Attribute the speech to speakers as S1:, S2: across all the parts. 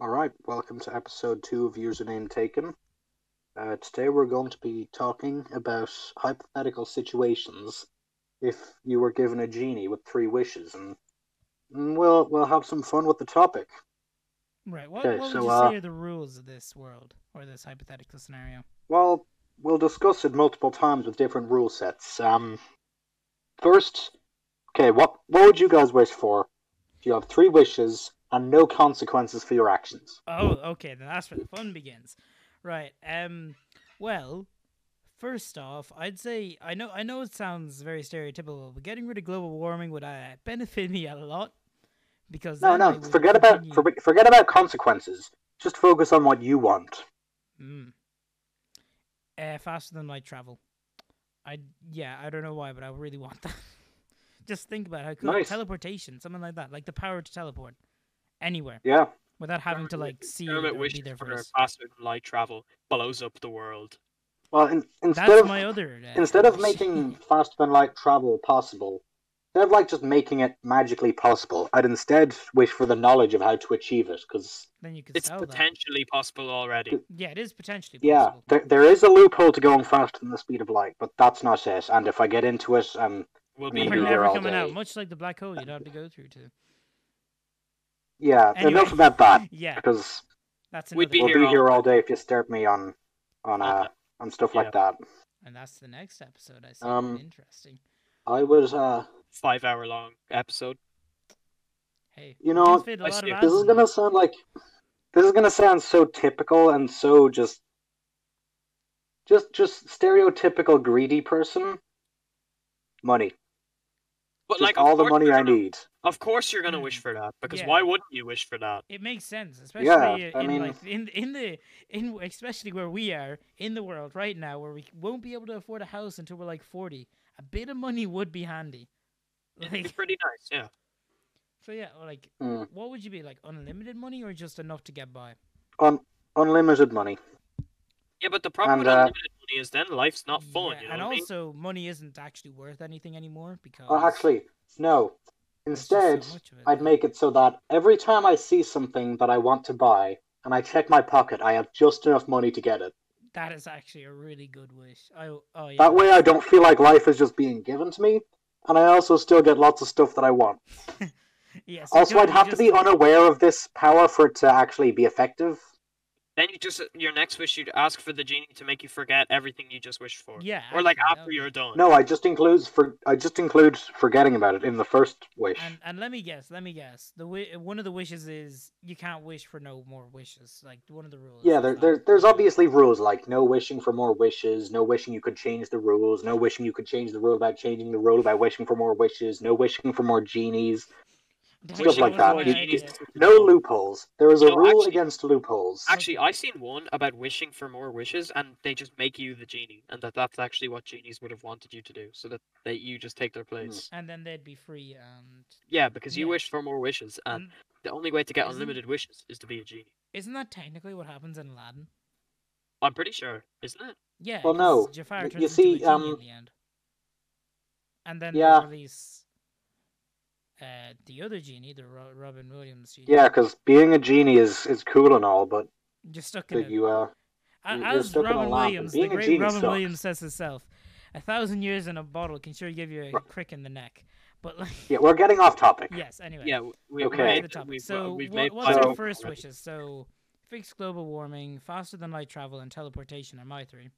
S1: All right, welcome to episode two of Username Taken. Uh, today we're going to be talking about hypothetical situations if you were given a genie with three wishes, and, and we'll we'll have some fun with the topic.
S2: Right. What,
S1: Okay,
S2: what would
S1: so,
S2: you
S1: uh,
S2: say are the rules of this world or this hypothetical scenario?
S1: Well, we'll discuss it multiple times with different rule sets. Um, first, okay, what what would you guys wish for? If you have three wishes and no consequences for your actions.
S2: Oh, okay. Then that's where the fun begins. Right. Um. Well, first off, I'd say I know I know it sounds very stereotypical, but getting rid of global warming would uh, benefit me a lot because
S1: No,
S2: then I
S1: no,
S2: would
S1: forget about
S2: continue-
S1: forget forget about consequences. Just focus on what you want.
S2: Mm. Uh, faster than light travel. I yeah, I don't know why, but I really want that. Just think about how cool
S1: Nice.
S2: teleportation, something like that, like the power to teleport anywhere
S1: Yeah.
S2: without having to
S3: Everyone-
S2: like see it
S3: Kermit
S2: or be
S3: wishes
S2: there
S3: for
S2: first.
S3: faster than light travel blows up the world.
S1: Well, in, instead
S2: That's
S1: of
S2: my other. Uh,
S1: instead of
S2: wish.
S1: making faster than light travel possible, instead of like just making it magically possible, I'd instead wish for the knowledge of how to achieve it. Because
S2: then you could
S3: It's
S2: sell that.
S3: potentially possible already.
S2: Yeah, it is potentially
S1: yeah,
S2: possible.
S1: there, there is a loophole to going faster than the speed of light, but that's not it. And if I get into it, um,
S3: We'll
S1: Yeah,
S3: be
S2: We're
S1: you're
S2: never
S1: all
S2: coming out,
S1: day.
S2: much like the black hole you'd have to go through to.
S1: yeah,
S2: Anyway.
S1: enough about that.
S2: Yeah,
S1: Because
S2: that's another.
S3: We'd be
S1: we'll
S3: here
S1: be
S3: all
S1: here all day if you disturb me on on uh
S3: Uh,
S1: on stuff
S3: yeah.
S1: like that.
S2: And that's the next episode. I see.
S1: Um,
S2: Interesting.
S1: I would. Uh,
S3: five hour long episode.
S2: Hey,
S1: you
S2: we
S1: know,
S2: can fit a
S3: I
S2: lot
S3: see.
S2: of
S1: this
S2: ads
S1: is
S2: in there.
S1: gonna sound like this is gonna sound so typical and so just just just stereotypical greedy person money
S3: But
S1: just
S3: like of
S1: all the
S3: course
S1: money
S3: you're
S1: i
S3: gonna-
S1: need
S3: Of course you're gonna wish
S2: Mm.
S3: for that because
S2: Yeah.
S3: why wouldn't you wish for that?
S2: It makes sense, especially
S1: Yeah, I
S2: in
S1: mean-
S2: like in in the in especially where we are in the world right now, where we won't be able to afford a house until we're like forty. A bit of money would be handy.
S3: It'd be
S2: Like
S3: pretty nice, yeah.
S2: so, yeah. Like,
S1: Hmm.
S2: what would you be like? Unlimited money or just enough to get by?
S1: Un- unlimited money
S3: Yeah, but the problem
S1: And,
S3: with
S1: uh,
S3: unlimited money is then life's not fun,
S2: Yeah,
S3: you know
S2: and
S3: what I mean?
S2: also money isn't actually worth anything anymore because
S1: oh actually no
S2: there's just so
S1: instead
S2: much of it.
S1: i'd make it so that every time i see something that i want to buy and i check my pocket i have just enough money to get it
S2: that is actually a really good wish. I oh yeah.
S1: that way i don't feel like life is just being given to me and i also still get lots of stuff that i want
S2: Yeah, so
S1: Also, I'd
S2: Jordan
S1: have to
S2: just-
S1: be unaware of this power for it to actually be effective.
S3: Then you just uh, your next wish you'd ask for the genie to make you forget everything you just wished for.
S2: Yeah,
S3: Or like
S2: actually, that
S3: after
S2: would be-
S3: you're done.
S1: No, I just includes for I just include forgetting about it in the first wish.
S2: And and let me guess, let me guess. The wi- one of the wishes is you can't wish for no more wishes. Like one of the rules.
S1: Yeah,
S2: is
S1: there,
S2: that.
S1: there, there's obviously rules like no wishing for more wishes, no wishing you could change the rules, no wishing you could change the rule about changing the rule about wishing for more wishes, no wishing for more genies,
S2: Don't
S1: stuff
S2: you
S1: like
S2: know
S1: that.
S2: why
S1: You-
S2: I
S1: you-
S2: did it?
S1: no loopholes. There is a
S3: No,
S1: rule
S3: actually-
S1: against loopholes.
S3: Actually, I seen one about wishing for more wishes, and they just make you the genie, and that that's actually what genies would have wanted you to do, so that they, you just take their place.
S2: And then they'd be free and.
S3: Yeah, because you
S2: Yeah.
S3: wish for more wishes, and
S2: Mm.
S3: the only way to get
S2: Isn't-
S3: unlimited wishes is to be a genie.
S2: Isn't that technically what happens in Aladdin?
S3: I'm pretty sure, isn't it?
S2: Yeah.
S1: Well,
S2: 'cause
S1: no,
S2: Jafar
S1: y- you
S2: turns into a
S1: see,
S2: genie
S1: um,
S2: in the end. And then they
S1: yeah.
S2: release. Uh, the other genie, the Ro- Robin Williams genie.
S1: Yeah, because being a genie is, is cool and all, but
S2: You're stuck in
S1: that
S2: a
S1: you uh,
S2: A-
S1: You're- you're
S2: As
S1: stuck in a lamp,
S2: Robin
S1: and
S2: Williams, the
S1: being a
S2: great
S1: genie
S2: Robin
S1: sucks.
S2: Williams says himself, a thousand years in a bottle can sure give you a
S1: Right.
S2: crick in the neck. But like,
S1: yeah, we're getting off topic.
S2: yes, anyway.
S3: Yeah, w- we, we
S1: Okay.
S2: Back to
S3: made,
S2: the
S3: it-
S2: topic.
S3: we've, uh,
S2: so,
S3: we've
S2: what,
S3: made
S2: what's
S3: five
S1: so-
S2: our
S3: of them
S2: first
S3: already.
S2: wishes? So, fix global warming, faster than light travel, and teleportation are my three.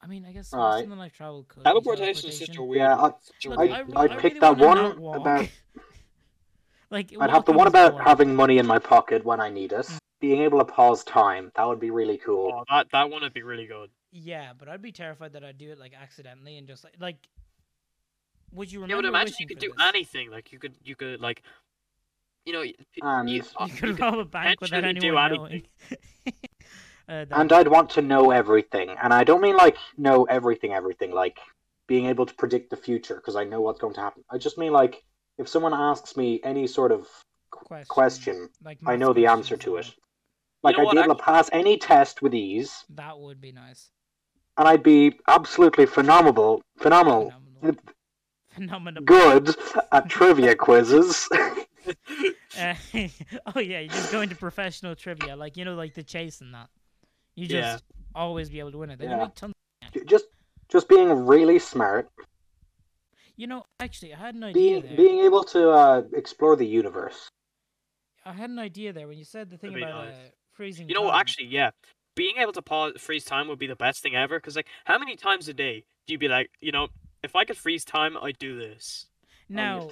S2: I mean, I guess faster
S1: Alright.
S2: than light travel could. be
S3: Teleportation is such a weird.
S1: Yeah, I-
S3: such a
S2: Look,
S1: I'd-
S3: weird
S2: I,
S3: thing.
S2: I
S1: I'd
S2: really
S1: pick that
S2: wanna not
S1: one
S2: walk.
S1: about-
S2: like,
S1: I'd have the
S2: walking
S1: one
S2: is
S1: about
S2: boring.
S1: having money in my pocket when I need it, being able to pause time. That would be really cool.
S3: Mm. Oh, that that one would be really good.
S2: Yeah, but I'd be terrified that I'd do it like accidentally and just like like. Would you
S3: Yeah,
S2: remember?
S3: but imagine
S2: wishing
S3: you could
S2: for
S3: do
S2: this?
S3: anything. Like you could, you could like, you know, y- p-
S1: And-
S3: you, uh,
S2: You could
S3: you could-
S2: rob a bank without
S3: potentially do
S2: anyone knowing. uh, that-
S1: And I'd want to know everything, and I don't mean like know everything, everything like being able to predict the future because I know what's going to happen. I just mean like if someone asks me any sort of
S2: question,
S1: question,
S2: like
S1: I
S2: math
S1: know the answer
S2: questions
S1: to
S2: and
S1: it.
S2: all.
S1: Like
S3: know
S1: I'd be
S3: what,
S1: able to pass any test with ease,
S2: That would be nice.
S1: and I'd be absolutely phenomenal, phenomenal,
S2: Phenomenal. Phenomenal.
S1: good at trivia quizzes.
S2: Uh, oh yeah, you just go into professional trivia, like you know, like the chase and that. You just
S3: Yeah.
S2: always be able to win it. They
S1: Yeah.
S2: make tons.
S1: J- Just just being really smart,
S2: You know, actually, I had an idea
S1: being
S2: there.
S1: being able to uh, explore the universe.
S2: I had an idea there when you said the thing
S3: That'd be
S2: about
S3: nice.
S2: uh, freezing.
S3: You know, what,
S2: time.
S3: actually, yeah, being able to pause freeze time would be the best thing ever. Cause like, how many times a day do you be like, you know, if I could freeze time, I'd do this.
S2: Now,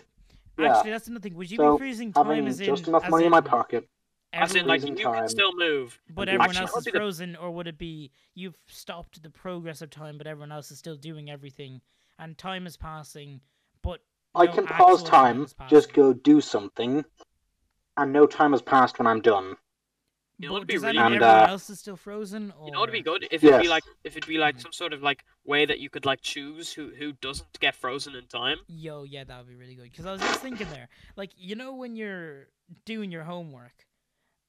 S1: Yeah.
S2: actually, that's another thing. Would you
S1: So,
S2: be freezing time
S1: Having
S2: as in
S1: just enough
S2: as
S1: money in my
S2: in
S1: pocket.
S3: As in, like, you
S1: Freezing
S3: can
S1: time.
S3: still move.
S2: but
S1: Actually,
S2: everyone
S3: that
S2: else
S3: would
S2: is
S3: be the-
S2: frozen, or would it be you've stopped the progress of time, but everyone else is still doing everything, and time is passing, but
S1: I
S2: no
S1: can
S2: actual
S1: pause time,
S2: is passing.
S1: just go do something, and no time has passed when I'm done.
S3: You know what'd
S2: But
S3: be
S2: does that
S3: really
S2: mean
S1: good?
S2: everyone
S1: And, uh,
S2: else is still frozen? Or...
S3: You know, it'd be good if it'd be
S1: Yes.
S3: like if it'd be like
S2: Mhm.
S3: some sort of like way that you could like choose who who doesn't get frozen in time.
S2: Yo, yeah, that would be really good. Because I was just thinking there, like you know when you're doing your homework,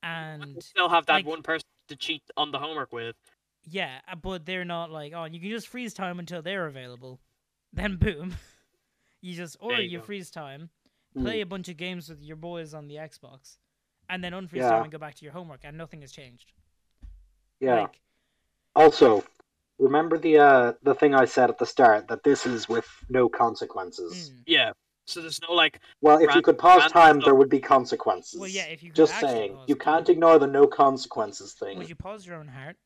S3: But
S2: and
S3: you still have that
S2: like-
S3: one person to cheat on the homework with.
S2: yeah, uh, but they're not like oh, you can just freeze time until they're available, then boom, you just or
S3: There
S2: you,
S3: you go.
S2: freeze time,
S1: Mm.
S2: play a bunch of games with your boys on the Xbox, and then unfreeze
S1: Yeah.
S2: time and go back to your homework, and nothing has changed.
S1: Yeah.
S2: Like,
S1: Also, remember the uh, the thing I said at the start that this is with no consequences.
S2: mm.
S3: Yeah. So there's no like
S1: Well, if you
S3: Ran-
S1: could pause
S3: random
S1: time,
S3: stuff.
S1: there would be consequences.
S2: Well, yeah, if you could
S1: Just
S2: actually
S1: saying,
S2: pause
S1: you
S2: time.
S1: can't ignore the no consequences thing.
S2: Would you pause your own heart?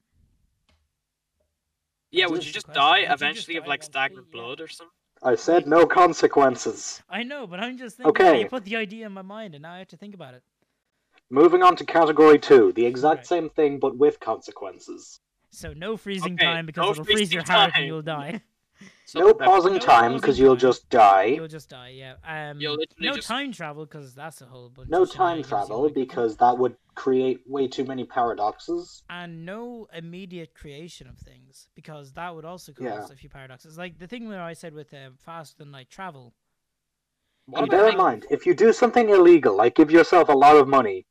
S3: yeah.
S1: That's
S3: Would
S1: just
S3: you
S2: the
S3: just
S2: question. Would
S3: die
S2: you just
S3: eventually
S2: die
S3: of like
S2: eventually?
S3: stagnant
S2: Yeah.
S3: blood or something?
S1: I said no consequences.
S2: I know, but I'm just thinking.
S1: Okay.
S2: You put the idea in my mind, and now I have to think about it.
S1: Moving on to category two, the exact
S2: Right.
S1: same thing but with consequences.
S2: So no freezing
S3: Okay,
S2: time because
S3: no
S2: it'll freeze your
S3: freezing
S2: heart and
S3: time.
S2: you'll die.
S3: Something
S1: No
S3: that-
S1: pausing
S2: No
S1: time because
S2: pausing
S1: you'll
S2: time.
S1: just die.
S2: You'll just die. Yeah. Um.
S3: You'll literally
S2: no
S3: just-
S2: time travel because that's a whole bunch.
S1: No
S2: of
S1: time
S2: shenanigans,
S1: travel
S2: like-
S1: because that would create way too many paradoxes.
S2: And no immediate creation of things because that would also cause
S1: Yeah.
S2: a few paradoxes. Like the thing where I said with uh, faster than light travel.
S3: What
S1: And
S3: about,
S1: bear in
S3: like,
S1: mind, if you do something illegal, like give yourself a lot of money,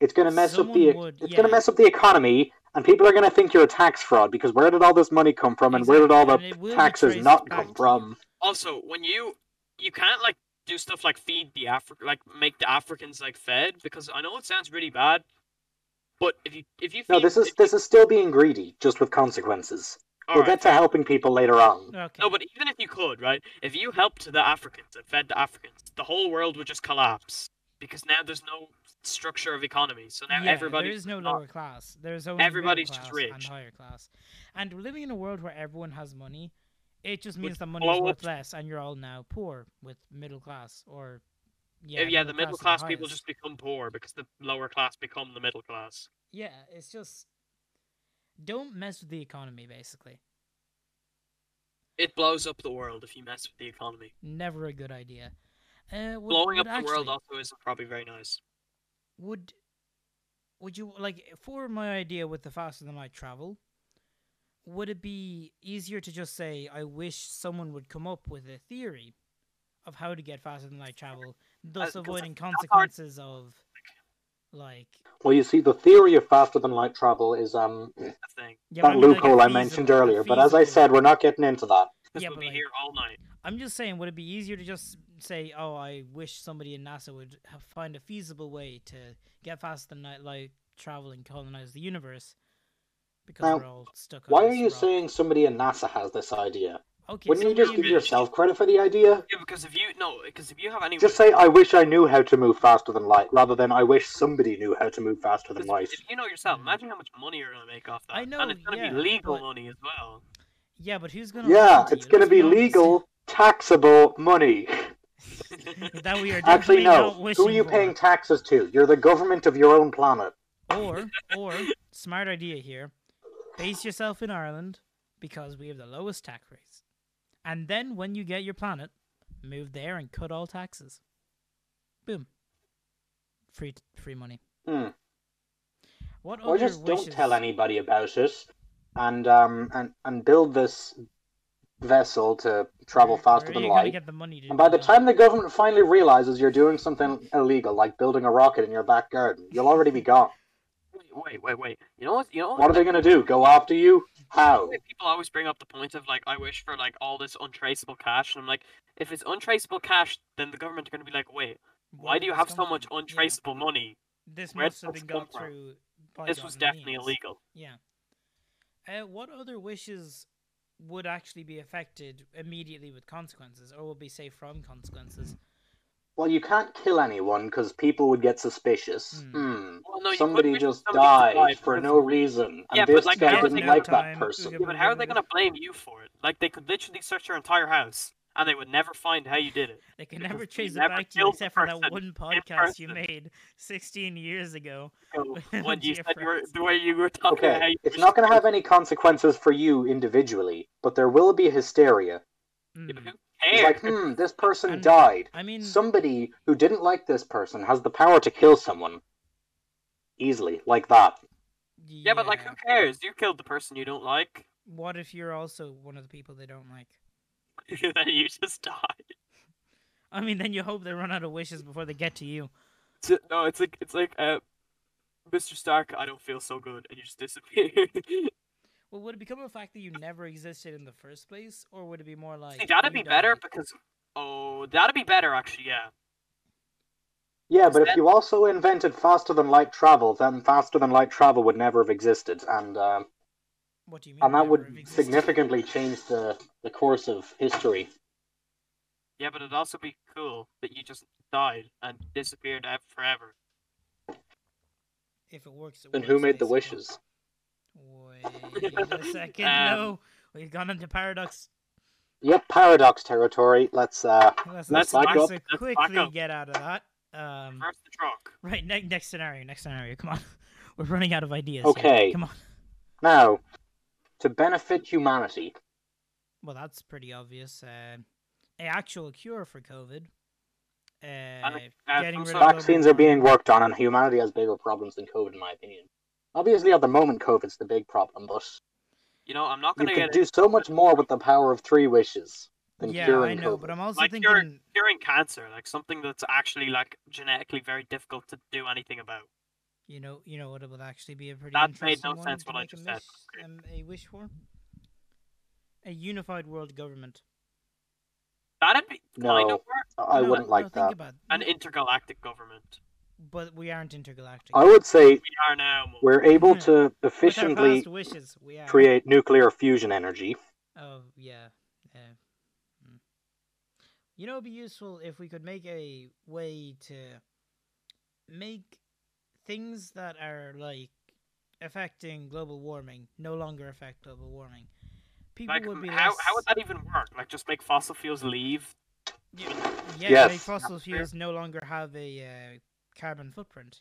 S1: it's gonna mess up the
S2: Someone would-
S1: it's gonna
S2: yeah.
S1: mess up the economy, and people are gonna think you're a tax fraud because where did all this money come from, and where did all
S2: Exactly, and it will
S1: the
S2: be
S1: taxes
S2: traced
S1: not
S2: back to
S1: come
S2: you.
S1: from?
S3: also when you you can't like do stuff like feed the Afri- like make the Africans like fed because I know it sounds really bad, but if you if you feed,
S1: No, this is
S3: if-
S1: this is still being greedy, just with consequences.
S3: all
S1: we'll
S3: right.
S1: get to helping people later on.
S2: Okay.
S3: No, but even if you could, right? If you helped the Africans and fed the Africans, the whole world would just collapse because now there's no structure of economy. So now
S2: yeah,
S3: everybody
S2: there is no
S3: not-
S2: lower class. There's only middle
S3: Everybody's just
S2: class and
S3: rich.
S2: higher class. And we're living in a world where everyone has money. It just
S3: Would
S2: means that money
S3: blow
S2: is worth
S3: up-
S2: less, and you're all now poor with middle class or yeah.
S3: yeah, the middle class
S2: is the
S3: people
S2: highest.
S3: just become poor because the lower class become the middle class.
S2: Yeah, it's just don't mess with the economy. Basically,
S3: It blows up the world if you mess with the economy.
S2: never a good idea. Uh, would,
S3: Blowing
S2: would
S3: up the world
S2: actually-
S3: also isn't probably very nice.
S2: would would you like for my idea with the faster than light travel would it be easier to just say i wish someone would come up with a theory of how to get faster than light travel thus
S3: Uh, 'cause that's-
S2: avoiding
S3: that's hard.
S2: consequences of like
S1: Well, you see, the theory of faster than light travel is um
S3: I think.
S2: yeah, but
S1: that
S2: I mean, like, a
S1: loophole I
S2: feasible-
S1: mentioned
S2: a
S1: earlier. But as I
S2: feasible-
S1: said, we're not getting into that.
S3: Because
S2: Yeah,
S3: we'll
S2: but,
S3: be
S2: like-
S3: here all night.
S2: i'm just saying would it be easier to just say oh i wish somebody in nasa would ha find a feasible way to get faster than night light travel and colonize the universe because
S1: Now,
S2: we're all stuck on
S1: Why are
S2: this
S1: you
S2: rock.
S1: saying somebody in NASA has this idea?
S2: okay
S1: Wouldn't you
S2: somebody
S1: just
S2: in
S1: give
S3: maybe-
S1: yourself credit for the idea?
S3: Yeah, because if you no, because if you have any
S1: Just say, I wish I knew how to move faster than light, rather than I wish somebody knew how to move faster than
S3: because
S1: light.
S3: if you know yourself,
S2: Mm.
S3: imagine how much money you're gonna make off that.
S2: I know,
S3: and it's gonna
S2: yeah,
S3: be legal
S2: but-
S3: money as well.
S2: Yeah, but who's gonna?
S1: Yeah,
S2: listen to
S1: it's
S2: you?
S1: going to be
S2: Let's honest.
S1: legal, taxable money.
S2: that we are
S1: Actually,
S2: definitely
S1: no.
S2: not
S1: Who are
S2: wishing
S1: you
S2: for.
S1: paying taxes to? You're the government of your own planet.
S2: Or, or smart idea here: base yourself in Ireland because we have the lowest tax rates, and then when you get your planet, move there and cut all taxes. Boom. Free, free money.
S1: Hmm.
S2: What
S1: Or
S2: other
S1: just don't
S2: wishes-
S1: tell anybody about it, and um and and build this vessel to travel
S2: Where
S1: faster
S2: are
S1: than
S2: you gonna
S1: light.
S2: Get the money to
S1: And
S2: do
S1: by the
S2: that?
S1: time the government finally realizes you're doing something illegal, like building a rocket in your back garden, you'll already be gone.
S3: Wait, wait, wait, wait. You know what? You know
S1: What are they going to do? Go after you? How?
S3: Like, people always bring up the point of like I wish for like all this untraceable cash, and I'm like, if it's untraceable cash, then the government are going to be like, wait, Why do you
S2: where
S3: have
S2: it's
S3: so
S2: come
S3: much
S2: from. Yeah.
S3: untraceable money?
S2: This
S3: where
S2: must
S3: did
S2: have
S3: this
S2: been
S3: come
S2: got
S3: from?
S2: through.
S3: This was
S2: bygone
S3: definitely
S2: means.
S3: illegal.
S2: Yeah. Uh, what other wishes would actually be affected immediately with consequences, or would be safe from consequences?
S1: Well, you can't kill anyone because people would get suspicious.
S2: Hmm.
S1: Hmm.
S3: Well, no, you could
S1: Somebody
S3: wish
S1: just
S3: somebody
S1: died
S3: survived,
S1: for
S3: but-
S1: no reason, and
S3: Yeah, but,
S1: this
S3: like,
S1: guy
S3: how
S1: didn't
S3: is
S1: like
S2: there time?
S1: that person.
S2: Who
S3: Yeah, but how are they going to blame you for it? Like, they could literally search your entire house, and they would never find how you did it.
S2: They can
S3: Because
S2: never
S3: we
S2: trace it
S3: never
S2: back to you
S3: killed the
S2: except for that
S3: person
S2: one podcast you
S3: person.
S2: made 16 years ago.
S3: So, when you
S2: Dear
S3: said you were,
S2: friends.
S3: the way you were talking about how
S1: Okay,
S3: you
S1: it's
S3: wish
S1: not going
S3: you
S1: to have
S3: were-
S1: any consequences for you individually, but there will be hysteria.
S3: Yeah, but
S2: Mm.
S3: who
S1: It's
S3: cares?
S1: like, hmm, this person
S2: And-
S1: died.
S2: I mean,
S1: Somebody who didn't like this person has the power to kill someone easily, like that.
S3: yeah, but like, who cares? You killed the person you don't like,
S2: what if you're also one of the people they don't like?
S3: then you just die.
S2: I mean, then you hope they run out of wishes before they get to you.
S3: It's- no, it's like it's like uh, Mr. Stark. I don't feel so good, and you just disappear. See,
S2: Well, would it become a fact that you never existed in the first place, or would it be more like
S3: that'd
S2: you
S3: be better
S2: died?
S3: because oh, that'd be better actually. Yeah.
S1: Yeah, but if
S3: that-
S1: you also invented faster than light travel, then faster than light travel would never have existed, and uh,
S2: What do you mean?
S1: and that
S2: never
S1: would
S2: have existed?
S1: significantly change the, the course of history.
S3: Yeah, but it'd also be cool that you just died and disappeared out forever.
S2: If it works, it
S1: And who
S2: works,
S1: made the
S2: basically.
S1: wishes?
S2: Wait a second.
S3: Um,
S2: no, we've gone into paradox.
S1: Yep, paradox territory. Let's uh,
S2: Let's,
S1: Let's
S2: let's,
S1: back up.
S2: to
S3: Let's back
S2: quickly
S3: up.
S2: get out of that. Um,
S3: Reverse the truck.
S2: right, ne- next scenario. Next scenario. Come on, we're running out of ideas. here.
S1: Okay.
S2: Come on.
S1: now to benefit humanity.
S2: Well, that's pretty obvious. Uh, a actual cure for COVID.
S3: And,
S2: Uh,
S3: like, uh,
S2: getting
S3: some
S2: rid
S3: sort
S2: of
S3: of-
S1: Vaccines are being worked on, and humanity has bigger problems than COVID, in my opinion. Obviously, at the moment, COVID's the big problem, but
S3: You know, I'm not
S1: you
S3: gonna
S1: could
S3: get
S1: do so much more with the power of three wishes than
S2: yeah,
S1: curing
S2: I know,
S1: COVID.
S2: but I'm also
S3: Like,
S2: thinking.
S3: you're- curing cancer, like something that's actually like genetically very difficult to do anything about.
S2: You know, you know what it would actually be a pretty
S3: That made no
S2: interesting one
S3: sense
S2: to
S3: what I
S2: make a,
S3: just said.
S2: miss- um, a wish for. A unified world government.
S3: That'd be kind
S1: No.
S3: of work.
S1: I
S2: No,
S1: wouldn't
S2: no,
S1: like
S2: think
S1: that.
S2: About,
S3: An
S2: no,
S3: intergalactic government.
S2: but we aren't intergalactic.
S1: I would say
S3: We are now. Mo.
S1: we're able to
S2: With our
S1: efficiently
S2: past wishes, we are.
S1: create nuclear fusion energy.
S2: Oh yeah, yeah. Mm. You know, it'd be useful if we could make a way to make things that are like affecting global warming no longer affect global warming. People
S3: Like,
S2: would be
S3: how,
S2: less...
S3: how would that even work? Like, just make fossil fuels leave?
S2: Yeah,
S1: Yes.
S2: make fossil
S3: fair.
S2: fuels no longer have a uh, carbon footprint,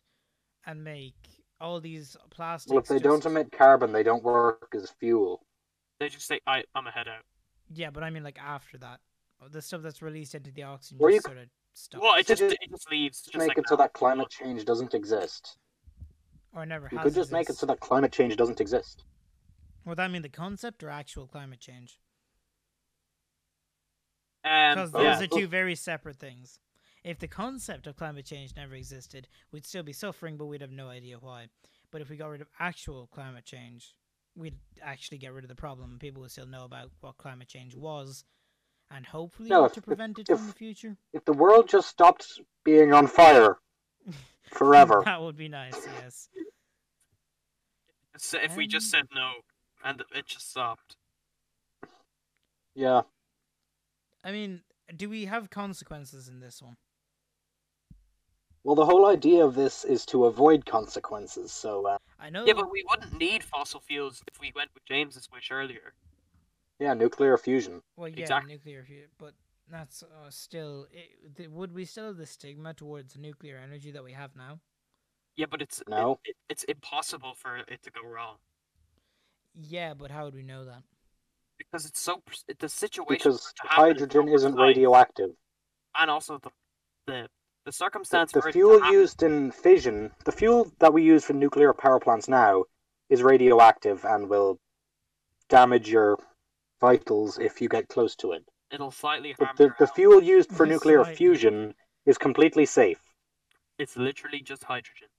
S2: and make all these plastics.
S1: Well, if they
S2: just-
S1: don't emit carbon, they don't work as fuel.
S3: They just say, I, I'm a head out.
S2: yeah, but I mean like after that, the stuff that's released into the oxygen
S1: Or you
S2: just sort of stops.
S3: Well, it
S1: So
S3: just,
S1: just
S3: it just leaves. Just
S1: make
S3: like
S1: it so that climate change doesn't exist.
S2: or never
S1: You
S2: has.
S1: could just make it so
S2: existed.
S1: that climate change doesn't exist.
S2: Would that mean the concept or actual climate change?
S3: Um,
S2: Because
S1: oh,
S2: those
S3: yeah.
S2: are two very separate things. If the concept of climate change never existed, we'd still be suffering, but we'd have no idea why. But if we got rid of actual climate change, we'd actually get rid of the problem. and People would still know about what climate change was, and hopefully
S1: No,
S2: work
S1: if-
S2: to
S1: if-
S2: prevent it in the
S1: if-
S2: future.
S1: If the world just stopped being on fire forever,
S2: that would be nice. Yes.
S3: So if we just said no, and it just stopped.
S1: yeah,
S2: I mean, do we have consequences in this one?
S1: Well, the whole idea of this is to avoid consequences. So, uh,
S2: I know.
S3: Yeah, but we wouldn't need fossil fuels if we went with James's wish earlier.
S1: yeah, nuclear fusion.
S2: Well, yeah,
S3: Exact-
S2: nuclear fuel, but that's uh, still. It, th- would we still have the stigma towards nuclear energy that we have now?
S3: Yeah, but it's it-
S1: No.
S3: it, it's impossible for it to go wrong
S2: Yeah, but how would we know that?
S3: because it's so pres- the situation for
S1: Because
S3: it to happen is so
S1: hydrogen isn't
S3: precise,
S1: radioactive.
S3: and also the the the
S1: The,
S3: circumstance
S1: the
S3: for it to
S1: fuel
S3: happen-
S1: used in fission, the fuel that we use for nuclear power plants now, is radioactive and will damage your vitals if you get close to it.
S3: it'll slightly
S1: But
S3: harm
S1: the,
S3: your
S1: the
S3: health.
S1: fuel used for nuclear
S2: Slightly.
S1: fusion is completely safe.
S3: It's literally just hydrogen,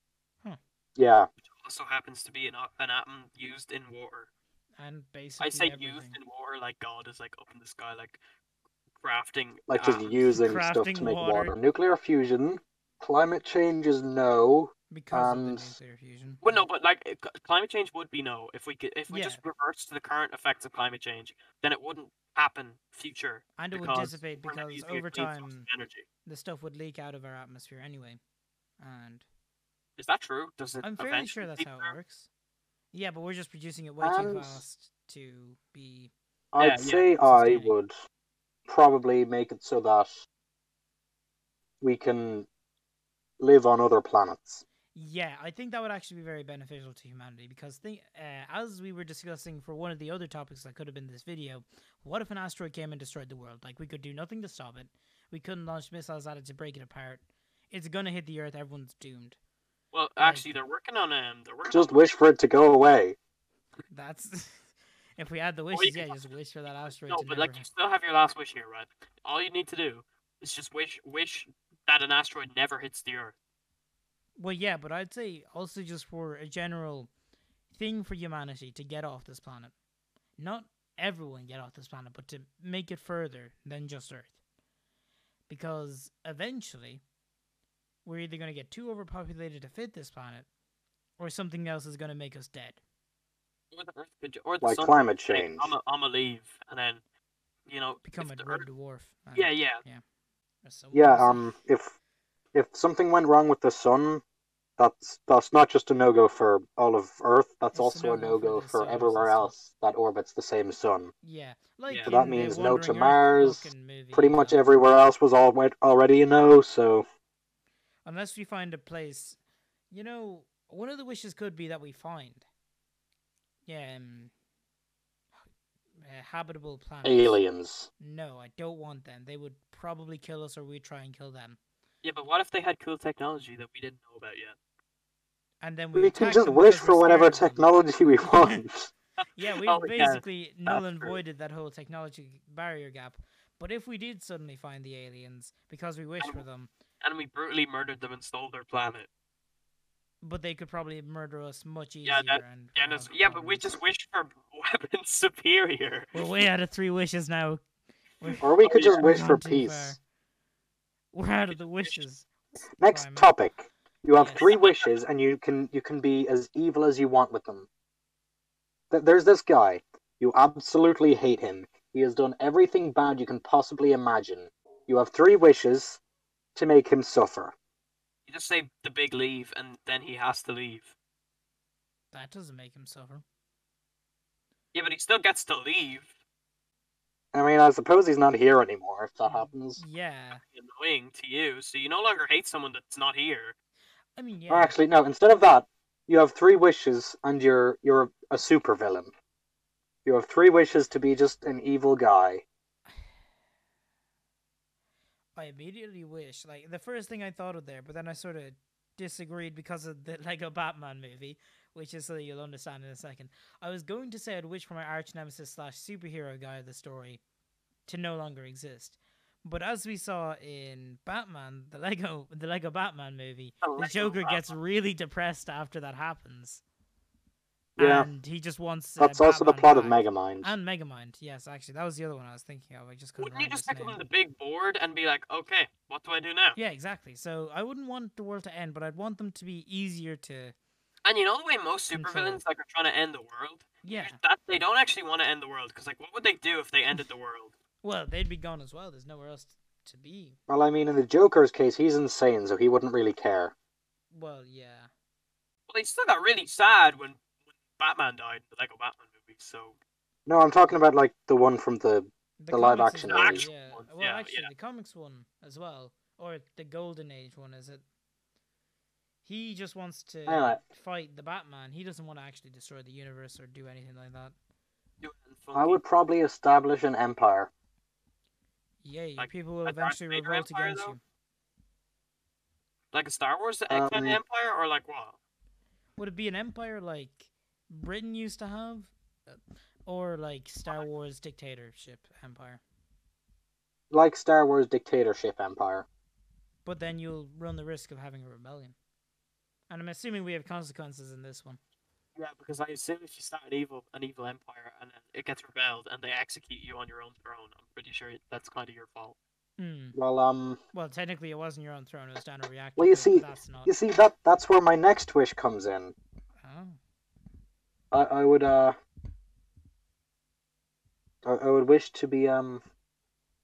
S1: Yeah,
S3: which also happens to be an o- an atom used in water.
S2: And basically,
S3: I say
S2: everything.
S3: used in water like God is like up in the sky like um, crafting
S1: like just
S3: atoms.
S1: using stuff
S2: Crafting
S1: to make
S2: water.
S1: water. Nuclear fusion Climate change is no.
S2: because of the
S1: And-
S2: nuclear fusion.
S3: Well, no, but like it- c- climate change would be no if we could if we
S2: Yeah.
S3: just reversed the current effects of climate change, then it wouldn't happen future
S2: and it would
S3: because
S2: dissipate
S3: we're now
S2: because
S3: using a
S2: over
S3: clean source of
S2: time
S3: energy.
S2: the stuff would leak out of our atmosphere anyway. And
S3: Is that true? Does it?
S2: I'm fairly
S3: eventually
S2: sure that's
S3: leak
S2: how it
S3: there?
S2: works. Yeah, but we're just producing it way too
S1: And-
S2: fast to be.
S1: I'd
S3: yeah,
S1: say I
S2: sustaining.
S1: would probably make it so that we can live on other planets.
S2: Yeah, I think that would actually be very beneficial to humanity because, thi- uh, as we were discussing for one of the other topics that could have been this video, what if an asteroid came and destroyed the world? Like, we could do nothing to stop it. We couldn't launch missiles at it to break it apart. It's gonna hit the Earth. Everyone's doomed.
S3: Well, actually, they're working on um, they're working
S1: Just
S3: on
S1: wish for it to go away.
S2: That's if we had the
S3: you
S2: wishes.
S3: could
S2: Yeah, just wish for that asteroid.
S3: No,
S2: to
S3: but
S2: never
S3: like you still have your last wish here, right? All you need to do is just wish wish that an asteroid never hits the Earth.
S2: Well, yeah, but I'd say also just for a general thing for humanity to get off this planet. Not everyone get off this planet, but to make it further than just Earth. Because eventually, we're either going to get too overpopulated to fit this planet, or something else is going to make us dead.
S3: Or the Earth could, ju- or the
S1: Like
S3: sun
S1: climate
S3: could say,
S1: change.
S3: I'm a, I'm a leave, and then you know if
S2: Become
S3: the
S2: a
S3: Earth-
S2: red dwarf. and-
S3: Yeah, yeah.
S2: or something
S1: Yeah,
S2: else.
S1: um if if something went wrong with the sun, that's that's not just a no go for all of Earth, that's
S2: It's a
S1: also a no go
S2: no-go for the
S1: for
S2: solar
S1: everywhere
S2: system.
S1: else that orbits the same sun.
S2: Yeah. Like
S3: So
S1: that
S2: in the
S1: means no to
S2: Wandering Earth
S1: Mars,
S2: fucking movie,
S1: Pretty much
S2: like-
S1: everywhere else was all already a no, so
S2: unless we find a place you know one of the wishes could be that we find yeah um, a habitable planet
S1: aliens.
S2: no i don't want them they would probably kill us or we try and kill them
S3: Yeah, but what if they had cool technology that we didn't know about yet?
S2: and then we,
S1: We
S2: attack
S1: can just
S2: them
S1: wish
S2: because
S1: for
S2: we're
S1: whatever
S2: scared of them.
S1: technology we want.
S2: yeah we
S3: Oh, yeah,
S2: basically null
S3: that's
S2: and
S3: true.
S2: voided that whole technology barrier gap but if we did suddenly find the aliens because we wish
S3: Um,
S2: for them
S3: And we brutally murdered them and stole their planet.
S2: but they could probably murder us much easier
S3: Yeah, that-
S2: and
S3: Yeah, and it's-
S2: have
S3: yeah, but we
S2: problems.
S3: just wish for weapons superior.
S2: we're way out of three wishes now We're-
S1: Or we
S3: Oh,
S1: could just
S2: yeah.
S1: wish
S2: Gone
S1: for
S2: too
S1: peace.
S2: We're out of the wishes.
S1: Next
S2: Climate.
S1: topic. You have
S2: Yes.
S1: three wishes, and you can you can be as evil as you want with them. Th- There's this guy. You absolutely hate him. He has done everything bad you can possibly imagine. You have three wishes to make him suffer.
S3: You just say the big leave, and then he has to leave.
S2: That doesn't make him suffer.
S3: Yeah, but he still gets to leave.
S1: I mean, I suppose he's not here anymore. If that
S2: Mm.
S1: happens,
S2: Yeah.
S3: Annoying to you, so you no longer hate someone that's not here.
S2: I mean, yeah.
S1: or actually, no. Instead of that, you have three wishes, and you're you're a supervillain. You have three wishes to be just an evil guy.
S2: I immediately wish, like, the first thing I thought of there, but then I sort of disagreed because of the Lego Batman movie, which is something you'll understand in a second. I was going to say I'd wish for my arch nemesis slash superhero guy of the story to no longer exist. But as we saw in Batman, the Lego the Lego Batman movie, the Joker gets
S1: uh,
S2: really depressed after that happens.
S1: Yeah.
S2: and he just wants.
S1: That's
S2: uh,
S1: also the
S2: Batman
S1: plot of
S2: back.
S1: Megamind.
S2: And Megamind, yes, actually, that was the other one I was thinking of. I just couldn't
S3: Wouldn't you
S2: remember
S3: just
S2: its
S3: give him
S2: name.
S3: the big board and be like, okay, what do I do now?
S2: Yeah, exactly. So I wouldn't want the world to end, but I'd want them to be easier to.
S3: And you know the way most
S2: Control.
S3: supervillains like are trying to end the world. You
S2: Yeah.
S3: just- That they don't actually want to end the world because like, what would they do if they ended the world?
S2: Well, they'd be gone as well. There's nowhere else to be.
S1: Well, I mean, in the Joker's case, he's insane, so he wouldn't really care.
S2: Well, yeah.
S3: Well, they still got really sad when, when Batman died in the Lego Batman movie. So
S1: No, I'm talking about like the one from the. The live
S2: comics
S1: action
S2: as
S1: movies.
S2: well, yeah.
S3: Actual
S2: Well,
S3: ones, yeah,
S2: actually,
S3: yeah.
S2: the comics one as well, or the Golden Age one, is it? He just wants to
S1: Anyway.
S2: fight the Batman. He doesn't want to actually destroy the universe or do anything like that.
S3: doing funky.
S1: I would probably establish an empire.
S2: Yay!
S3: Like,
S2: people will
S3: like Darth
S2: eventually
S3: Vader
S2: revolt
S3: Empire,
S2: against
S3: though?
S2: you.
S3: like a Star Wars e-
S1: Um,
S3: kind of empire or like what?
S2: Would it be an empire like Britain used to have, Uh, or like Star Wars dictatorship empire?
S1: Like Star Wars dictatorship empire.
S2: But then you'll run the risk of having a rebellion. And I'm assuming we have consequences in this one.
S3: Yeah, because I assume if you start an evil an evil empire and then it gets rebelled and they execute you on your own throne, I'm pretty sure that's kind of your fault.
S2: Hmm.
S1: Well, um,
S2: Well, technically, it wasn't your own throne; it was down a reactor.
S1: Well, you
S2: but
S1: see-
S2: that's not.
S1: you see that that's where my next wish comes in.
S2: Oh.
S1: I, I would uh I, I would wish to be um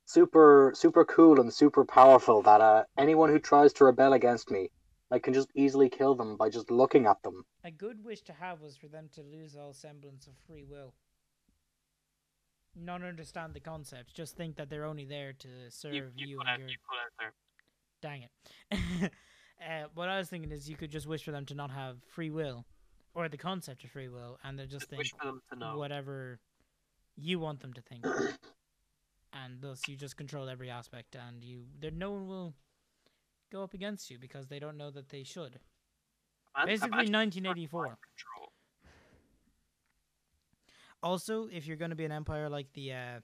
S1: super super cool and super powerful that uh anyone who tries to rebel against me I can just easily kill them by just looking at them.
S2: A good wish to have was for them to lose all semblance of free will. Not understand the concept. Just think that they're only there to serve
S3: You,
S2: you,
S3: you, put
S2: and
S3: out,
S2: your
S3: you put out there.
S2: dang it. uh, what I was thinking is you could just wish for them to not have free will, or the concept of free will, and they just
S3: Just
S2: think
S3: wish for them to know.
S2: whatever you want them to think, and thus you just control every aspect, and you there no one will go up against you because they don't know that they should.
S3: Imagine-
S2: Basically,
S3: imagine
S2: 1984.
S3: mind control.
S2: also if you're going to be an empire like the uh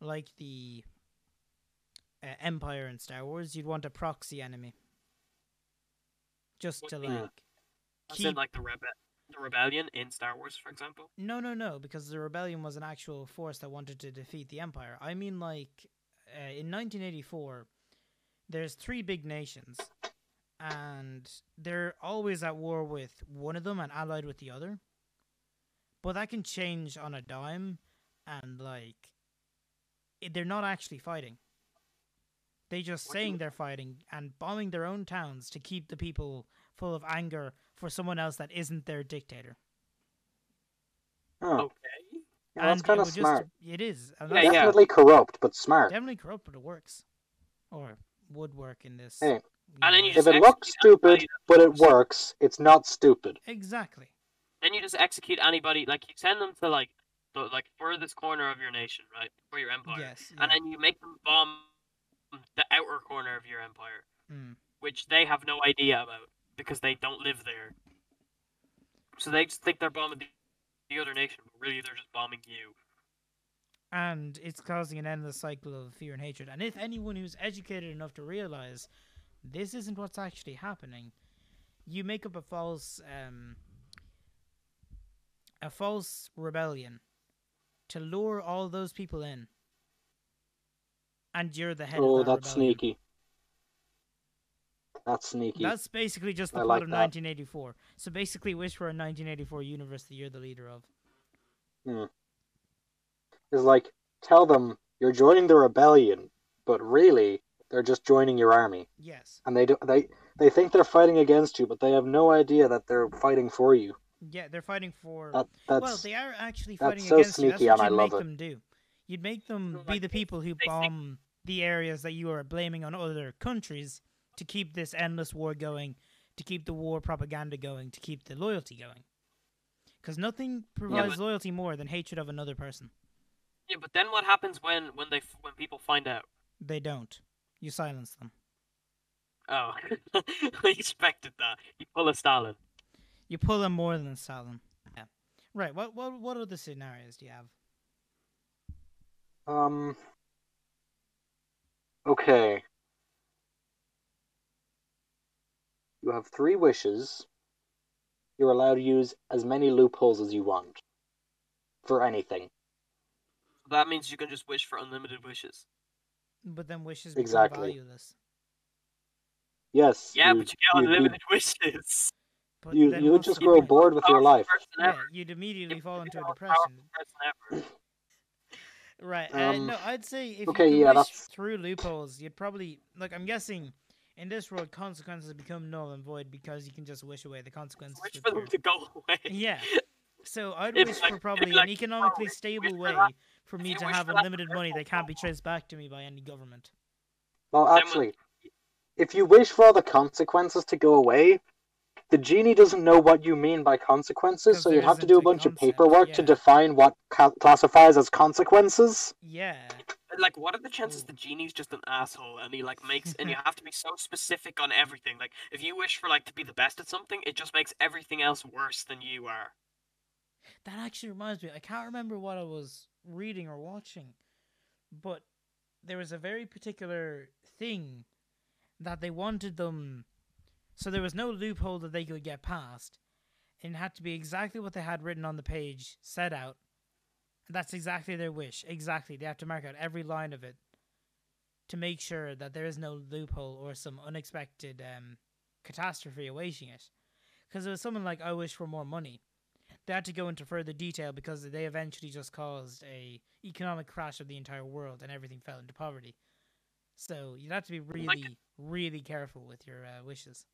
S2: like the uh, empire in star wars you'd want a proxy enemy just
S3: What
S2: to
S3: do you mean?
S2: like
S3: As in,
S2: keep
S3: like the rebe- the rebellion in Star Wars, for example.
S2: no no no because the rebellion was an actual force that wanted to defeat the empire i mean like uh, in 1984 there's three big nations and they're always at war with one of them and allied with the other but that can change on a dime and like i- they're not actually fighting they just
S3: What do you
S2: saying
S3: mean?
S2: they're fighting and bombing their own towns to keep the people full of anger for someone else that isn't their dictator
S1: Huh.
S3: Okay.
S1: yeah, that's
S2: Oh, And
S1: kind
S2: Um, it
S1: of
S2: would
S1: smart.
S2: Just, it is. and
S3: Yeah,
S2: that's-
S3: yeah.
S1: Definitely corrupt, but smart.
S2: Definitely corrupt, but it works. Or would work in this.
S1: Hey.
S3: And then you
S2: universe.
S1: If
S3: just
S1: it
S3: execute
S1: looks stupid
S3: anybody that
S1: but it
S3: moves.
S1: works, it's not stupid.
S2: Exactly.
S3: Then you just execute anybody. Like you send them to like the like furthest corner of your nation, right, or your empire,
S2: Yes.
S3: and
S2: yeah.
S3: then you make them bomb the outer corner of your empire,
S2: Mm.
S3: which they have no idea about because they don't live there. So they just think they're bombing the, the other nation, but really they're just bombing you.
S2: And it's causing an endless cycle of fear and hatred. And if anyone who's educated enough to realize this isn't what's actually happening, you make up a false, um, a false rebellion to lure all those people in, and you're the head.
S1: oh,
S2: of that
S1: that's
S2: rebellion.
S1: sneaky. That's sneaky.
S2: That's basically just the
S1: I
S2: plot
S1: like
S2: of
S1: that.
S2: 1984. So basically, wish for a 1984 universe that you're the leader of.
S1: is like tell them you're joining the rebellion, but really they're just joining your army,
S2: Yes.
S1: and they do, they they think they're fighting against you, but they have no idea that they're fighting for you.
S2: Yeah, they're fighting for.
S1: That
S2: well,
S1: that's
S2: they are actually
S1: that's
S2: fighting
S1: so
S2: against
S1: sneaky
S2: you. That's
S1: and
S2: what
S1: I love
S2: you'd make
S1: it.
S2: them do. You'd make them
S3: So,
S2: be
S3: like,
S2: the
S3: they-
S2: people who
S3: think-
S2: bomb the areas that you are blaming on other countries to keep this endless war going, to keep the war propaganda going, to keep the loyalty going. Because nothing provides
S3: but-
S2: loyalty more than hatred of another person.
S3: Yeah, but then what happens when when they f- when people find out?
S2: They don't. You silence them.
S3: Oh, I expected that. You pull a Stalin.
S2: You pull them more than Stalin. Yeah. Right. What what what other scenarios do you have?
S1: um okay. You have three wishes. You're allowed to use as many loopholes as you want for anything.
S3: That means you can just wish for unlimited wishes.
S2: But then wishes become
S1: Exactly.
S2: valueless.
S1: Yes.
S3: Yeah,
S1: you,
S3: but you get
S1: you- you-
S3: unlimited wishes.
S2: But
S1: you,
S2: then
S1: you would
S2: what's
S1: just
S2: the
S1: grow
S2: point?
S1: bored with your
S3: Powerful
S1: life.
S3: person
S2: Yeah,
S3: ever.
S2: you'd immediately
S3: If
S2: fall
S3: you
S2: into a
S3: are
S2: depression.
S3: powerful person ever.
S2: Right. uh,
S1: Um,
S2: no, I'd say if
S1: okay,
S2: you could
S1: yeah,
S2: wish
S1: that's-
S2: through loopholes, you'd probably like. I'm guessing in this world, consequences become null and void because you can just wish away the consequences.
S3: Wish
S2: with
S3: for them
S2: your-
S3: to go away.
S2: Yeah. So I'd
S3: If,
S2: wish
S3: like-
S2: for
S3: if,
S2: probably
S3: like,
S2: an economically
S3: if you
S2: stable
S3: wish
S2: way
S3: for that-
S2: for
S3: if
S2: me
S3: you
S2: to
S3: wish
S2: have
S3: for that
S2: unlimited money that can't be
S3: purple-
S2: traced back to me by any government.
S1: Well,
S3: Someone-
S1: actually, if you wish for all the consequences to go away, the genie doesn't know what you mean by consequences,
S2: 'Cause
S1: so
S2: there
S1: you'd have to
S2: isn't
S1: do
S2: a
S1: a bunch of
S2: concept,
S1: paperwork to
S2: yeah.
S1: define what ca- classifies as consequences.
S2: Yeah.
S3: Like, what are the chances
S2: Ooh.
S3: the genie's just an asshole and he like makes and you have to be so specific on everything? Like, if you wish for like to be the best at something, it just makes everything else worse than you are.
S2: That actually reminds me. I can't remember what I was reading or watching, but there was a very particular thing that they wanted them. So there was no loophole that they could get past. It had to be exactly what they had written on the page set out. And that's exactly their wish. Exactly. They have to mark out every line of it to make sure that there is no loophole or some unexpected um, catastrophe awaiting it. Because it was someone like, I wish for more money. They had to go into further detail because they eventually just caused a economic crash of the entire world and everything fell into poverty. So you'd have to be really, really careful with your uh, wishes.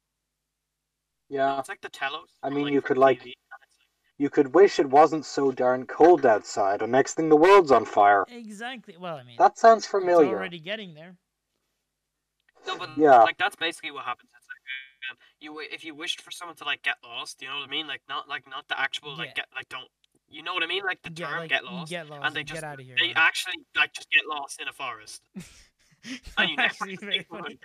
S1: Yeah,
S3: It's like the Telos.
S1: I
S3: from,
S1: mean, you
S3: from
S1: could, like-
S3: TV, and it's like-
S1: you could wish it wasn't so darn cold outside, and next thing the world's on fire.
S2: Exactly. Well, I mean,
S1: That sounds
S2: it's
S1: familiar.
S2: already getting there.
S3: No, but
S1: Yeah.
S3: like that's basically what happens. It's like um, you wi- if you wished for someone to like get lost, you know what I mean? Like not like not the actual like
S2: Yeah.
S3: get like don't you know what I mean? Like the term
S2: yeah, like,
S3: get
S2: you
S3: lost.
S2: Get lost.
S3: and they
S2: get
S3: just-
S2: out of here.
S3: They
S2: right?
S3: actually like just get lost in a forest. And you never
S2: Actually, very
S3: think about
S2: funny.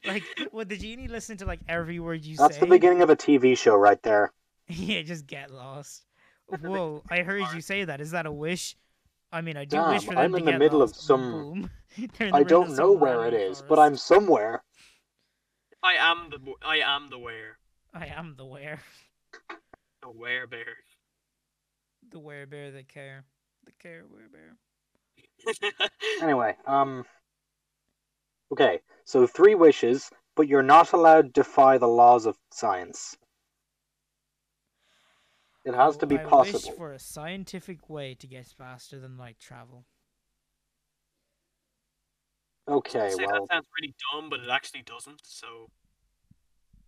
S3: it.
S2: Like, would the genie listen to like every word you
S1: That's
S2: say?
S1: the beginning of a TV show right there.
S2: yeah, just get lost.
S3: That's the
S2: Whoa, I heard you
S3: part.
S2: say that. Is that a wish? I mean, I do wish
S1: Damn,
S2: for them
S1: I'm
S2: to
S1: in the
S2: get
S1: middle of
S2: lost.
S1: some-
S2: Boom. They're in the
S1: I
S2: middle
S1: don't
S2: of
S1: know
S2: some
S1: where it
S2: random
S1: is, but I'm
S2: forest.
S1: somewhere.
S3: I am the w- I am the where
S2: I am the where,
S3: the where bear.
S2: the where bear, the care, the care where bear.
S1: Anyway, um. Okay, so three wishes, but you're not allowed to defy the laws of science. It has to be
S2: Oh, I
S1: possible.
S2: wish for a scientific way to get faster than light travel.
S1: Okay,
S3: Say
S1: well,
S3: that sounds pretty dumb, but it actually doesn't. So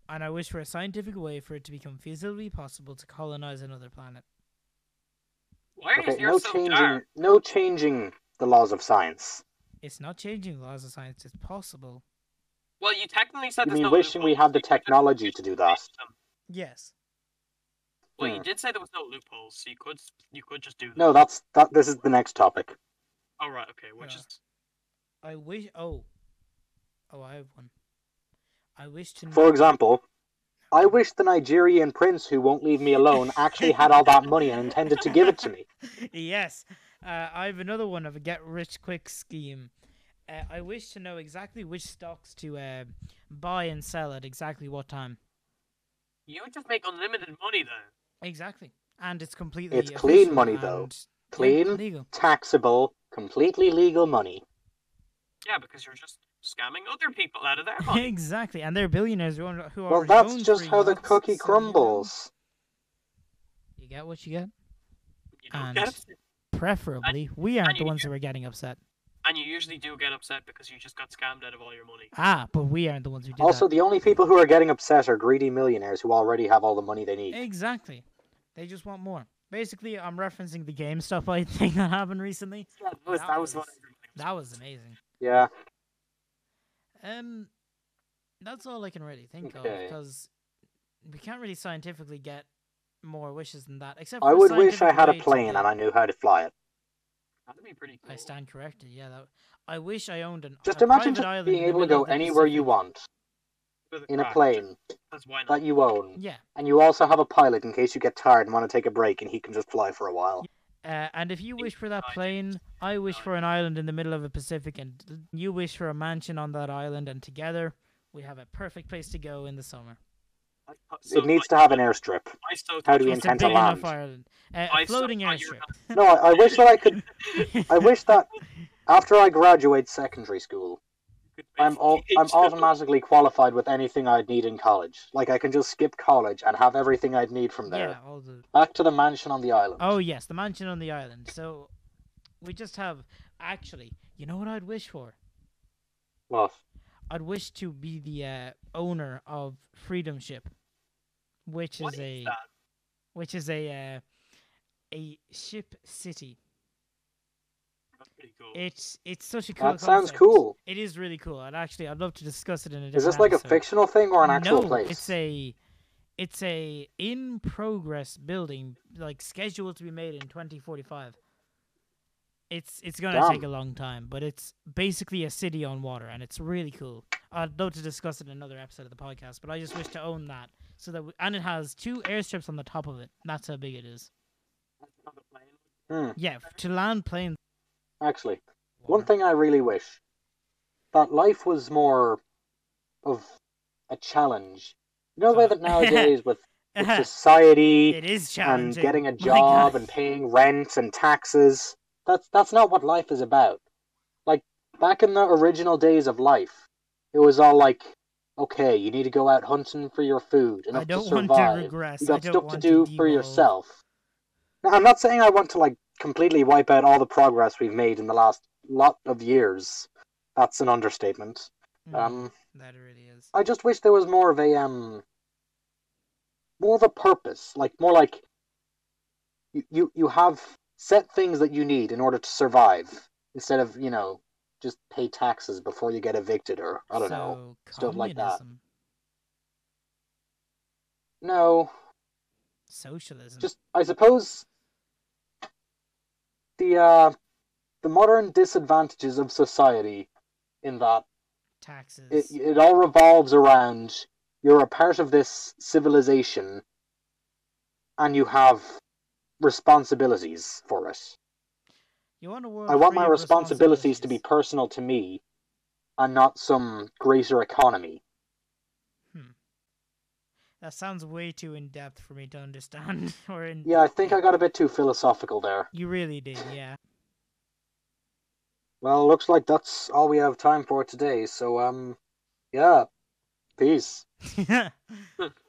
S2: And I wish for a scientific way for it to become feasibly possible to colonize another planet.
S3: why are
S1: okay,
S3: you
S1: no
S3: so
S1: changing,
S3: dark?
S1: no changing the laws of science.
S2: It's not changing laws of science, it's possible.
S3: Well, you technically said
S1: You
S3: there's
S1: mean
S3: no
S1: wishing we
S3: loopholes,
S1: had the
S3: so you could just
S1: technology to do that?
S3: change them.
S2: Yes.
S3: Well,
S1: Hmm.
S3: you did say there was no loopholes, so you could you could just do that.
S1: No, that's that. This is the next topic.
S3: Oh right, okay. Which
S2: Yeah.
S3: is
S2: I wish. Oh. Oh, I have one. I wish to.
S1: For example, I wish the Nigerian prince who won't leave me alone actually had all that money and intended to give it to me.
S2: yes. Uh, I have another one of a get rich quick scheme. Uh, I wish to know exactly which stocks to uh, buy and sell at exactly what time.
S3: you would just make unlimited money then.
S2: Exactly. And it's completely.
S1: It's clean
S2: official
S1: money, though.
S2: and- yeah,
S1: Clean?
S2: Legal.
S1: Taxable, completely legal money.
S3: Yeah, because you're just scamming other people out of their money.
S2: exactly. And they're billionaires who, own- who
S1: Well,
S2: already
S1: that's
S2: own
S1: just
S2: three
S1: how the
S2: yachts, so,
S1: cookie
S2: you know,
S1: crumbles.
S2: You get what you get?
S3: You don't
S2: And-
S3: get upset.
S2: Preferably, we aren't the
S3: you
S2: ones who are getting upset.
S3: and you usually do get upset because you just got scammed out of all your money.
S2: Ah, but we aren't the ones who did
S1: Also,
S2: that.
S1: the only people who are getting upset are greedy millionaires who already have all the money they need.
S2: Exactly. They just want more. Basically, I'm referencing the GameStop I thing that happened recently.
S3: Yeah,
S2: that that was was- what That was amazing.
S1: Yeah.
S2: Um, that's all I can really think of
S1: Okay.
S2: because we can't really scientifically get more wishes than that. Except for
S1: I
S2: a
S1: would wish I
S2: scientific
S1: had a
S2: way to
S1: plane
S2: get-
S1: and I knew how to fly it.
S3: That'd be pretty cool.
S2: I stand corrected. Yeah, that. I wish I owned an.
S1: Just
S2: a
S1: imagine
S2: private
S1: just
S2: island in
S1: being
S2: the
S1: able to
S2: middle
S1: go
S2: of the
S1: anywhere you
S2: Pacific.
S1: want
S3: With
S1: in a
S3: crack,
S1: plane
S3: Because why not?
S1: that you own.
S2: Yeah.
S1: And you also have a pilot in case you get tired and want to take a break and he can just fly for a while.
S2: Uh, and if you wish for that
S3: Right.
S2: plane, I wish
S3: Right.
S2: for an island in the middle of the Pacific, and l- you wish for a mansion on that island, and together we have a perfect place to go in the summer.
S3: I thought- Uh, so
S1: it needs
S3: I-
S1: to have an airstrip.
S3: I so
S1: How do you
S3: thought
S2: it's a
S1: intend to
S2: big enough
S1: land.
S2: island. Uh,
S3: I
S2: a floating
S3: thought you were
S2: airstrip.
S1: No, I, I wish that I could. I wish that after I graduate secondary school,
S3: you could
S1: I'm
S3: basically
S1: all, I'm
S3: just-
S1: automatically qualified with anything I'd need in college. Like I can just skip college and have everything I'd need from there.
S2: yeah, all the.
S1: Back to the mansion on the island.
S2: Oh yes, the mansion on the island. So we just have. Actually, you know what I'd wish for?
S1: Well,
S2: I'd wish to be the uh, owner of Freedom Ship, which
S3: What
S2: is
S3: is
S2: a
S3: that?
S2: which is a uh, a ship city.
S3: That's pretty cool.
S2: It's it's such a cool.
S1: that sounds
S2: concept.
S1: cool.
S2: It is really cool, and actually, I'd love to discuss it in a.
S1: Is
S2: different
S1: this like a
S2: episode.
S1: fictional thing or an actual
S2: no,
S1: place?
S2: it's a, it's a in progress building, like scheduled to be made in twenty forty five. It's it's gonna take a
S1: Damn.
S2: long time, but it's basically a city on water, and it's really cool. I'd love to discuss it in another episode of the podcast, but I just wish to own that so that we, and it has two airstrips on the top of it. That's how big it is.
S3: That's not a plane.
S1: Hmm,
S2: Yeah, f- to land planes.
S1: actually,
S2: on
S1: one
S2: water.
S1: thing I really wish that life was more of a challenge. You know the way
S2: Uh,
S1: that nowadays with, with society
S2: it is challenging. Oh
S1: and getting a
S2: My
S1: job
S2: God.
S1: and paying rent and taxes. That's that's not what life is about. Like Back in the original days of life, it was all like, okay, you need to go out hunting for your food enough
S2: I don't
S1: to
S2: want
S1: survive.
S2: to regress.
S1: you
S2: I
S1: got
S2: don't
S1: stuff to
S2: want
S1: do for
S2: devolve.
S1: yourself. Now, I'm not saying I want to like completely wipe out all the progress we've made in the last lot of years. That's an understatement.
S2: Mm,
S1: Um,
S2: that really is.
S1: I just wish there was more of a um more of a purpose, like more like you you, you have set things that you need in order to survive instead of, you know, just pay taxes before you get evicted or I don't
S2: so,
S1: know. stuff
S2: Communism,
S1: like that. No,
S2: Socialism.
S1: just I suppose the uh the modern disadvantages of society in that
S2: taxes.
S1: it, it all revolves around you're a part of this civilization and you have responsibilities for it.
S2: you want a world
S1: I want
S2: free
S1: my
S2: of
S1: responsibilities to be personal to me and not some greater economy.
S2: That sounds way too in depth for me to understand. or in
S1: Yeah, I think I got a bit too philosophical there.
S2: You really did, yeah.
S1: Well, looks like that's all we have time for today, so um yeah. Peace.
S2: yeah.